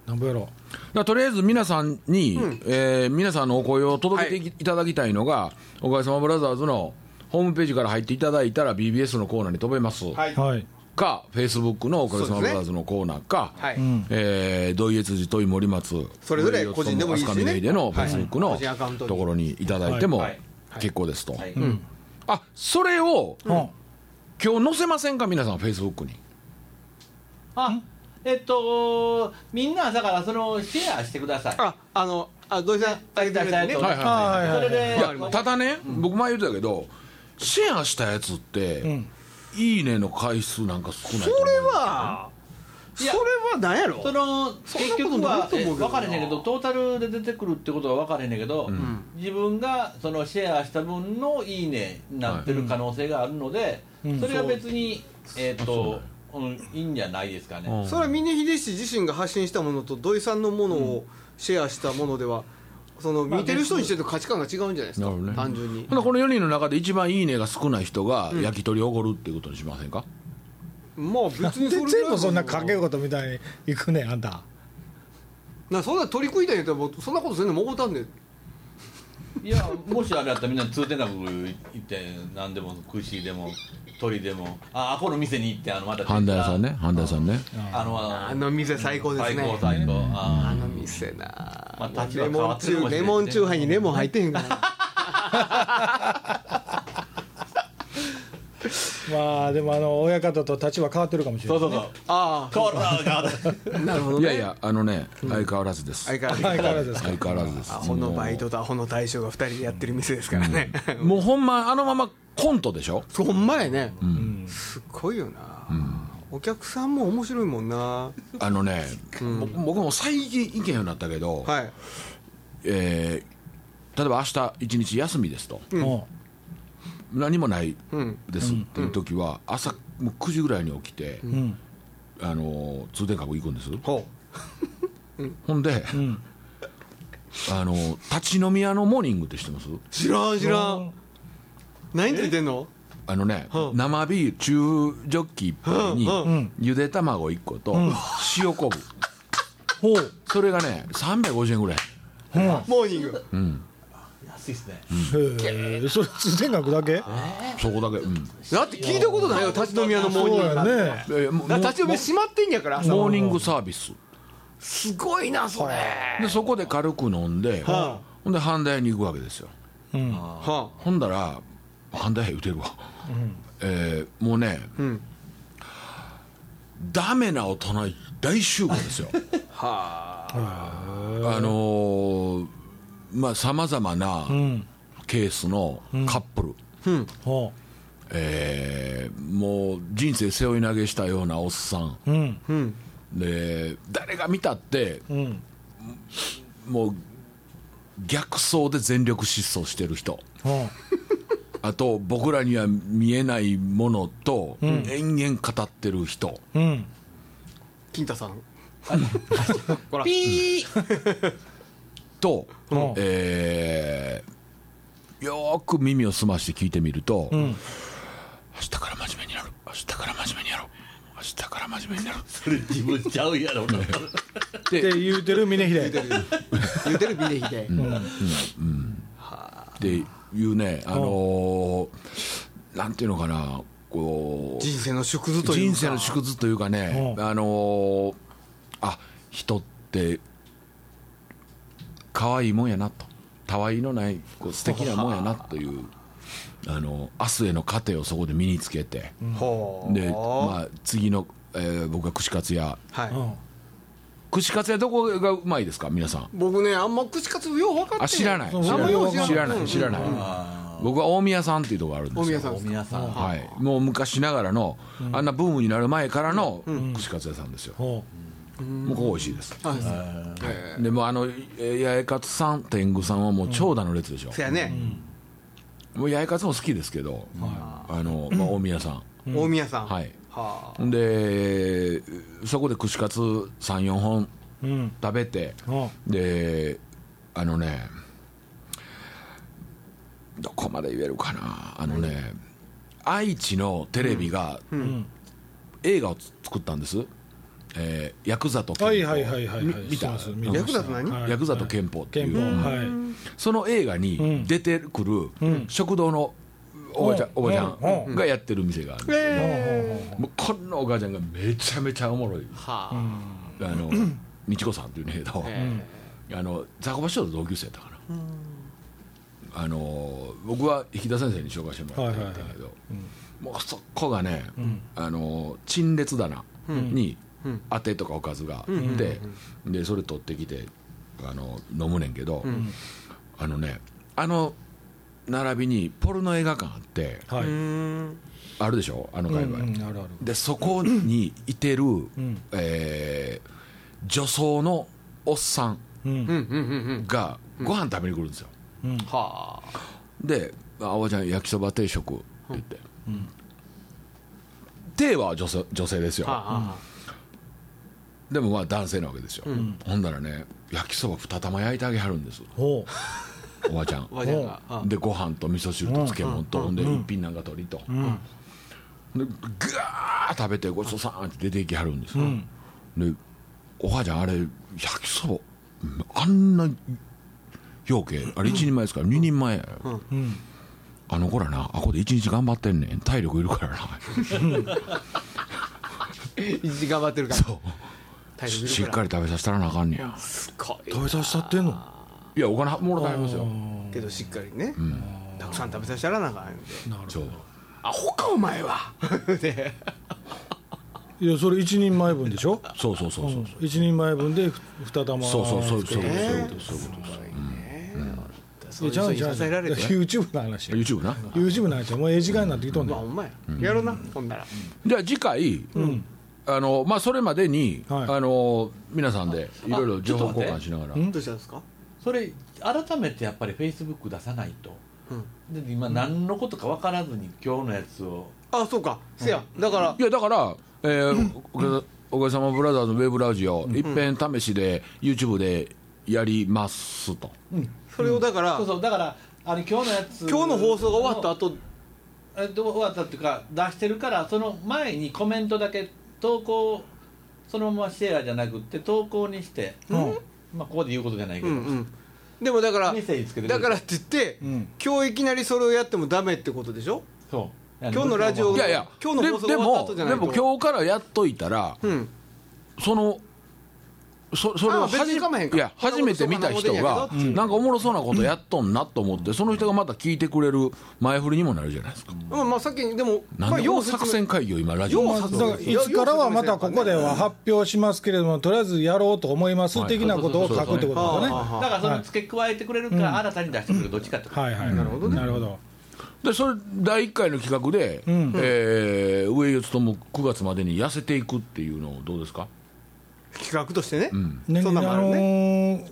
Speaker 3: なんぼやろ
Speaker 2: らとりあえず皆さんに、えー皆さんのお声を届けてい,、
Speaker 1: はい
Speaker 2: ただきたいのが「おかげさまブラザーズ」のホームページから入っていただいたら BBS のコーナーに飛べます、
Speaker 4: はいう
Speaker 3: はい
Speaker 2: か Facebook の「おかげさまブラザーズ」のコーナーか、
Speaker 1: はい、
Speaker 3: うん
Speaker 2: えー、土井悦司、土井森松、
Speaker 1: それぞれ個人でもいいしね
Speaker 2: 飛鳥峰秀のフェイスブックの
Speaker 1: 個人アカウント
Speaker 2: と
Speaker 1: に
Speaker 2: ころにいただいても
Speaker 4: はい
Speaker 2: 結構ですと、
Speaker 4: はい
Speaker 2: あそれを
Speaker 3: うん
Speaker 2: 今日載せませんか、皆さん、フェイスブックに。
Speaker 4: あえっとみんなだからそのシェアしてください
Speaker 1: ああのあ土井さんあげてくれてね
Speaker 4: はい
Speaker 2: はい
Speaker 3: はいはい
Speaker 4: それで
Speaker 2: いやただね、僕前言ってたけど、シェアしたやつって、
Speaker 3: ん
Speaker 2: いいねの回数なんか少ない
Speaker 1: そ
Speaker 2: と思う
Speaker 1: れはそ
Speaker 4: い
Speaker 1: れ
Speaker 4: や
Speaker 1: は何やろ
Speaker 4: その
Speaker 1: そんなこ
Speaker 4: 結
Speaker 1: とな
Speaker 4: 局
Speaker 1: い
Speaker 4: は
Speaker 1: と
Speaker 4: え
Speaker 1: 思うけどな
Speaker 4: 分かれへんけどトータルで出てくるってことは分かれへんけど、自分がそのシェアした分の「いいね」になってる可能性があるので、
Speaker 3: うん
Speaker 4: それは別に、えっと、うん、いいんじゃないですかね、
Speaker 2: うん
Speaker 1: それは峰秀氏自身が発信したものと土井さんのものをシェアしたものでは、その見てる人にしてると価値観が違うんじゃないですか、
Speaker 2: なるほどね
Speaker 1: 単純に
Speaker 2: ほなこの4人の中で一番いいねが少ない人が焼き鳥おごるっていうことにしませんか、
Speaker 1: まあ別に
Speaker 3: で
Speaker 1: れぐらい
Speaker 3: 全部そんなかけ
Speaker 1: な
Speaker 3: 事みたいにいくねあんた
Speaker 1: そんな取り食いたいんやったらもうそんなこと全然もごたんねん
Speaker 4: いやもしあれやったらみんな通天閣行って何でも串でも鳥でもあアポの店に行ってあのまた
Speaker 2: 半田屋さんね半田屋さんね
Speaker 4: あのあ
Speaker 1: あ
Speaker 4: の
Speaker 1: の店最高です
Speaker 4: 最
Speaker 1: ね
Speaker 4: 高最高あ
Speaker 1: あ
Speaker 4: ー
Speaker 1: の店な、
Speaker 4: まあ立場
Speaker 1: レ
Speaker 4: 変
Speaker 1: モ
Speaker 4: わ
Speaker 1: ン
Speaker 4: ってる
Speaker 1: 中
Speaker 4: かもしれんね
Speaker 1: レモン中杯にレモン入ってへんから
Speaker 3: まあでもあの親方と立場変わってるかもしれな
Speaker 4: そ
Speaker 3: いう
Speaker 4: そうそう
Speaker 1: あ
Speaker 4: 変わるな変わる
Speaker 1: あなるほど
Speaker 2: い
Speaker 1: ね
Speaker 2: やいやあのね、相変わらずです
Speaker 1: 相変わらず
Speaker 3: 相変わらずですか
Speaker 2: 相変わらずです
Speaker 1: アホのバイトとアホの大将が2人でやってる店ですからね、
Speaker 2: もうほんまあのままコントでしょ
Speaker 1: ほんまやね、すっごいよな、お客さんも面白いもんな
Speaker 2: あのね、僕僕も最近意見ようになったけど、
Speaker 1: はい
Speaker 2: えー例えば明日一日休みですと
Speaker 3: うん
Speaker 2: 何もない
Speaker 1: うん
Speaker 2: ですっていう時は朝もう9時ぐらいに起きて、
Speaker 3: うん
Speaker 2: あのー通天閣行くんです
Speaker 1: ほ
Speaker 2: ほんで、
Speaker 3: ん
Speaker 2: あのー立ち飲み屋のモーニングって知ってます
Speaker 1: う知らん知らん何ついてんの
Speaker 2: あのね、
Speaker 1: はあ
Speaker 2: 生ビール中ジョッキ一杯に
Speaker 1: はあは
Speaker 3: あ
Speaker 2: ゆで卵1個と塩昆布、
Speaker 3: ほう
Speaker 2: それがね350円ぐらい
Speaker 3: ほう
Speaker 1: モーニング
Speaker 4: 安いっすね
Speaker 3: へえそれ通天閣だけ
Speaker 2: そこだけうん
Speaker 1: だって聞いたことないよ立ち飲み屋のモー
Speaker 3: そ
Speaker 1: ニン
Speaker 3: う
Speaker 1: グ
Speaker 3: やね
Speaker 2: えーもう
Speaker 1: だから立ち飲み屋閉まってんやから
Speaker 2: モーニングサービス
Speaker 1: すごいなそれ
Speaker 2: でそこで軽く飲んで、
Speaker 1: は
Speaker 2: ほんで半田屋に行くわけですよ
Speaker 3: うん
Speaker 1: あは
Speaker 2: ほんだら半田屋言うてるわ、えーもうね、
Speaker 1: ん
Speaker 2: ダメな大人大集合ですよあのーまあさまざまな
Speaker 3: うん
Speaker 2: ケースのカップル、
Speaker 3: ほ
Speaker 2: えーもう人生背負い投げしたようなおっさん
Speaker 3: ううん
Speaker 1: あうん
Speaker 2: で誰が見たって
Speaker 3: うん
Speaker 2: もう逆走で全力疾走してる人
Speaker 3: ほ
Speaker 2: あと僕らには見えないものと延々語ってる人、
Speaker 3: ううん
Speaker 1: 金太さん
Speaker 4: ピー
Speaker 2: と、
Speaker 3: うん
Speaker 2: えーよーく耳を澄まして聞いてみる
Speaker 3: ん
Speaker 2: と、明日から真面目にやろう明日から真面目にやろう明日から真面目にやろう
Speaker 4: それ自分ちゃうやろな
Speaker 3: って言うてる峰秀
Speaker 1: 言うてるビデヒで
Speaker 2: っていうねあのーなんていうのかなこう
Speaker 1: 人生の縮図というか
Speaker 2: 人生の縮図というかね、
Speaker 3: うん
Speaker 2: あのーあ人って可愛いもんやなとたわいのないこう素敵なもんやなというあの明日への過程をそこで身につけて、
Speaker 1: ほう
Speaker 2: で、まあ、次の、えー僕が串カツ屋
Speaker 1: はい、
Speaker 3: うん
Speaker 2: 串カツ屋どこがうまいですか皆さん
Speaker 1: 僕ねあんま口数よう分かって
Speaker 2: あ知らない
Speaker 3: そう
Speaker 2: 知ら
Speaker 3: 俺もよう知
Speaker 2: ない
Speaker 3: らん
Speaker 2: 知らな
Speaker 1: うん
Speaker 2: い知らない
Speaker 4: あ
Speaker 2: 僕は大宮さんっていうところがあるんですよ
Speaker 1: 大宮さんですか
Speaker 4: 皆さん
Speaker 2: はい、もう昔ながらの、あんなブームになる前からの串カツ屋さんですよ、
Speaker 3: ほ
Speaker 2: もうここ美味しいです、
Speaker 1: あ
Speaker 2: でもうあのえ八重勝さん天狗さんはもう長蛇の列でしょ、
Speaker 1: そやね、
Speaker 2: もう八重勝も好きですけど、あのまあ、大宮さん、
Speaker 1: 大宮さん
Speaker 2: はい
Speaker 1: は
Speaker 2: ほんでそこで串カツ34本
Speaker 3: ううん
Speaker 2: 食べて、
Speaker 3: ほ
Speaker 2: であのねどこまで言えるかなあのね、愛知のテレビが、
Speaker 3: ううん
Speaker 2: 映画を作ったんです、えーヤクザと憲法
Speaker 3: はいはいはいはいはい
Speaker 2: み見た
Speaker 3: そうそう見ま
Speaker 1: ヤク
Speaker 3: した
Speaker 1: ザと何
Speaker 3: はい
Speaker 2: ヤクザと憲法ってい
Speaker 3: 憲
Speaker 2: う、
Speaker 3: 法
Speaker 2: うん
Speaker 3: はい
Speaker 2: その映画に出てくる食堂のおばちゃん,、
Speaker 3: うん
Speaker 2: おばちゃ
Speaker 3: うん
Speaker 2: んがやってる店があるんですよもうこんなお母ちゃんがめちゃめちゃおもろい
Speaker 1: はあ
Speaker 2: あの日子さんっていうねだわあのザコバ師匠と同級生だから、あの僕は引田先生に紹介してもらったんだけど、
Speaker 3: はいはい
Speaker 2: もうそこがね、あの陳列棚に当てとかおかずがあって、でそれ取ってきてあの飲むねんけど、あのねあの並びにポルノ映画館あって
Speaker 3: はい
Speaker 2: あるでしょあの界隈、
Speaker 3: うんあるある
Speaker 2: でそこにいてる、
Speaker 3: ん
Speaker 2: えー女装のおっさん
Speaker 3: うん
Speaker 1: うんうんうん
Speaker 2: がご飯食べに来るんですよ、
Speaker 3: うん
Speaker 1: はあ
Speaker 2: で「あおばちゃん焼きそば定食」って言って、定は女性女性ですよ、
Speaker 1: は
Speaker 2: でもまあ男性なわけですよ、ほんだらね焼きそば二玉焼いてあげはるんです
Speaker 3: おう
Speaker 2: おばちゃ ん
Speaker 1: あわじゃんがあ
Speaker 2: でご飯と味噌汁と漬物と、ほんで一品なんか取りと、でぐわー食べてごちそうさんって出ていきはるんですよ、でお母ちゃんあれ焼きそばうんあんな養鶏あれ一人前ですから二人前やよ、
Speaker 3: うん
Speaker 2: あの子らなあこで一日頑張ってんねん体力いるからな
Speaker 1: 一時頑張ってるから
Speaker 2: そう
Speaker 1: 体力いる
Speaker 2: しっ
Speaker 1: ら
Speaker 2: かり食べさせたらなあかんねや
Speaker 1: すごい
Speaker 3: 食べさせたってんの
Speaker 2: いやお金もろたりますよ
Speaker 1: けどしっかりねたくさん食べさせたらなんかあんで
Speaker 2: そう
Speaker 1: アホかお前はで
Speaker 3: いやそれ一人前分でしょ
Speaker 2: そうそうそうそうそう
Speaker 3: 一人前分でふ二玉
Speaker 2: そうそうそうそ
Speaker 3: つ
Speaker 2: うそういう
Speaker 1: ね
Speaker 2: ことそういう
Speaker 1: そ
Speaker 2: ことです
Speaker 1: うい
Speaker 3: けていうや
Speaker 1: 人に
Speaker 3: ちゃうちゃう
Speaker 1: 支えられて
Speaker 3: YouTube の話
Speaker 2: YouTube な
Speaker 3: YouTube の話はもうええ時間になってきとんね
Speaker 1: まあ
Speaker 3: ん
Speaker 1: ほんまややろうなほんなら
Speaker 2: じゃあ次回、あのまあ、それまでに、
Speaker 3: はい
Speaker 2: あの皆さんでいろいろ
Speaker 4: あ
Speaker 2: 情報交換しながら、
Speaker 3: ん
Speaker 1: どうしたんですか
Speaker 4: それ改めてやっぱりフェイスブック出さないと、で今何のことか分からずに今日のやつを
Speaker 1: あそうかせやだから
Speaker 2: いやだから、えーおかげおかげさまブラザーズのウェブラジオ、いっぺん試しで YouTube でやりますと、
Speaker 1: それをだから
Speaker 4: そうそうだからあの今日のやつ
Speaker 1: 今日の放送が終わった後
Speaker 4: えっと終わったっていうか出してるからその前にコメントだけ投稿そのままシェアじゃなくって投稿にして、まあここで言うことじゃないけ
Speaker 1: う
Speaker 4: ど、
Speaker 1: んうんでもだから
Speaker 4: メッセージつけてくれ
Speaker 1: だからって言って
Speaker 3: ん
Speaker 1: 今日いきなりそれをやってもダメってことでしょ
Speaker 4: そう
Speaker 1: 今日のラジオ
Speaker 2: いやいや
Speaker 1: 今日の放送
Speaker 2: でで
Speaker 1: が終わった後
Speaker 2: も
Speaker 1: じゃない
Speaker 2: で
Speaker 1: と
Speaker 2: も今日からやっといたら、
Speaker 1: うん
Speaker 2: そのそそれを
Speaker 1: あ別に
Speaker 2: はじ
Speaker 1: 構へんか
Speaker 2: いや
Speaker 1: そんな
Speaker 2: 初めて見た人が
Speaker 1: そんなこと
Speaker 2: なんかおもろそうなことやっとんなと思って、その人がまた聞いてくれる前振りにもなるじゃないですか、
Speaker 1: まあまあさっきにでも
Speaker 2: なん
Speaker 1: まあ
Speaker 2: でこの作戦会議を今ラジ
Speaker 1: よ
Speaker 2: オ
Speaker 1: う
Speaker 3: まあだからいつからはまたここでは発表しますけれどもとりあえずやろうと思います的なことを書くってことだよね
Speaker 4: だからその付け加えてくれるか、新たに出してくれるどっちかって こと、
Speaker 3: はいはい
Speaker 1: なるほどね
Speaker 3: なるほど
Speaker 2: でそれ第1回の企画で、
Speaker 3: ん
Speaker 2: えー上四つとも9月までに痩せていくっていうのをどうですか
Speaker 1: 企画としてね
Speaker 3: ね
Speaker 1: そんなんもあるね
Speaker 3: あのー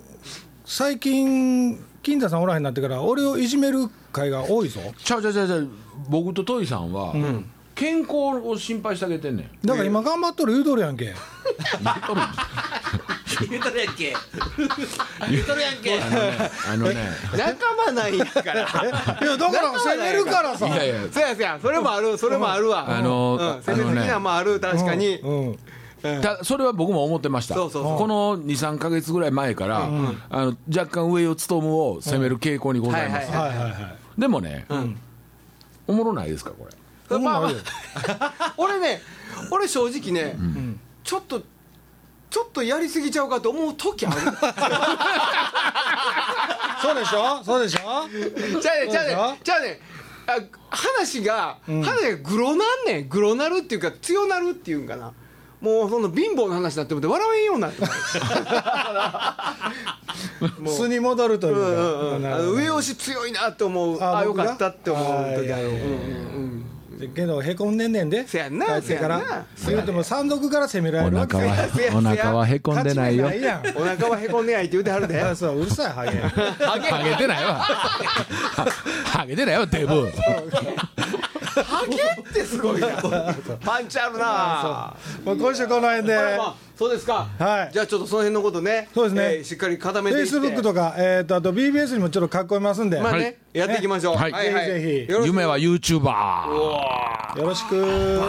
Speaker 3: 最近金田さんおらへんなってから俺をいじめる会が多いぞ
Speaker 2: ちゃうちゃうちゃうちゃう僕とトイさんは、健康を心配してあげてんねん
Speaker 3: だから今頑張っとる言うとるやんけ
Speaker 2: 言っとるん
Speaker 4: 言うとるやんけ言うとるやんけ
Speaker 2: あのね
Speaker 1: 仲間ないんやから
Speaker 3: いやだから攻めるからさ
Speaker 2: いやいや
Speaker 1: そやそやそれもあるそれもあるわ
Speaker 2: あの
Speaker 1: うんうん攻めすぎ
Speaker 2: あのね
Speaker 1: なもある確かに
Speaker 3: うんうん
Speaker 2: たそれは僕も思ってました
Speaker 1: そうそうそう
Speaker 2: この23か月ぐらい前から、あの若干上四つともを攻める傾向にございます、
Speaker 1: うん
Speaker 3: はいはいはい
Speaker 2: でもね、おもろないですかこれ
Speaker 1: まあまあ
Speaker 3: ほんまあるよ
Speaker 1: 俺ね俺正直ねちょっとちょっとやりすぎちゃうかと思う時あ る
Speaker 3: そうでしょそうでしょ
Speaker 1: じゃあねじゃあ
Speaker 3: そうで
Speaker 1: ね
Speaker 3: しょ
Speaker 1: じゃあねあ話が話がグロなんねんグロなるっていうか強なるっていうんかなもうその貧乏な話になってもって笑えんようになって もう
Speaker 3: 素に戻るといううん
Speaker 1: う
Speaker 3: か
Speaker 1: んうん
Speaker 3: な
Speaker 1: あ
Speaker 3: るほ
Speaker 1: の
Speaker 3: ど
Speaker 1: 上押し強いなと思う
Speaker 3: あ
Speaker 1: ああよ
Speaker 3: 僕が
Speaker 1: かったって思う時ある
Speaker 3: あーいやいやい
Speaker 1: うんう
Speaker 3: や
Speaker 1: んうん
Speaker 3: けどへこんでんねんで
Speaker 1: せやんな
Speaker 3: 帰ってから
Speaker 1: せやんな
Speaker 3: 言うても山賊から攻められるわけ
Speaker 1: はせやお腹はへ
Speaker 2: こ
Speaker 3: 勝ち目ないやん
Speaker 1: お腹はへこんでないって言うてはるで
Speaker 3: あそううるさいハ ゲ
Speaker 2: ハゲてないわ。ハゲてないわ、デブ。
Speaker 1: ハゲってすごいな パンチあるな
Speaker 3: まあ今週この辺で
Speaker 1: まあまあそうですか、
Speaker 3: はい
Speaker 1: じゃあちょっとその辺のことね
Speaker 3: そうですね
Speaker 1: えーしっかり固めていって
Speaker 3: Facebook とかえーとあと BBS にもちょっと書き込みますんで
Speaker 1: まあね、
Speaker 2: はい
Speaker 1: やっていきましょう、
Speaker 2: はい
Speaker 1: はいはい
Speaker 3: ぜひぜひ
Speaker 1: よろしく
Speaker 2: 夢はユーチューバー。
Speaker 3: よろしく。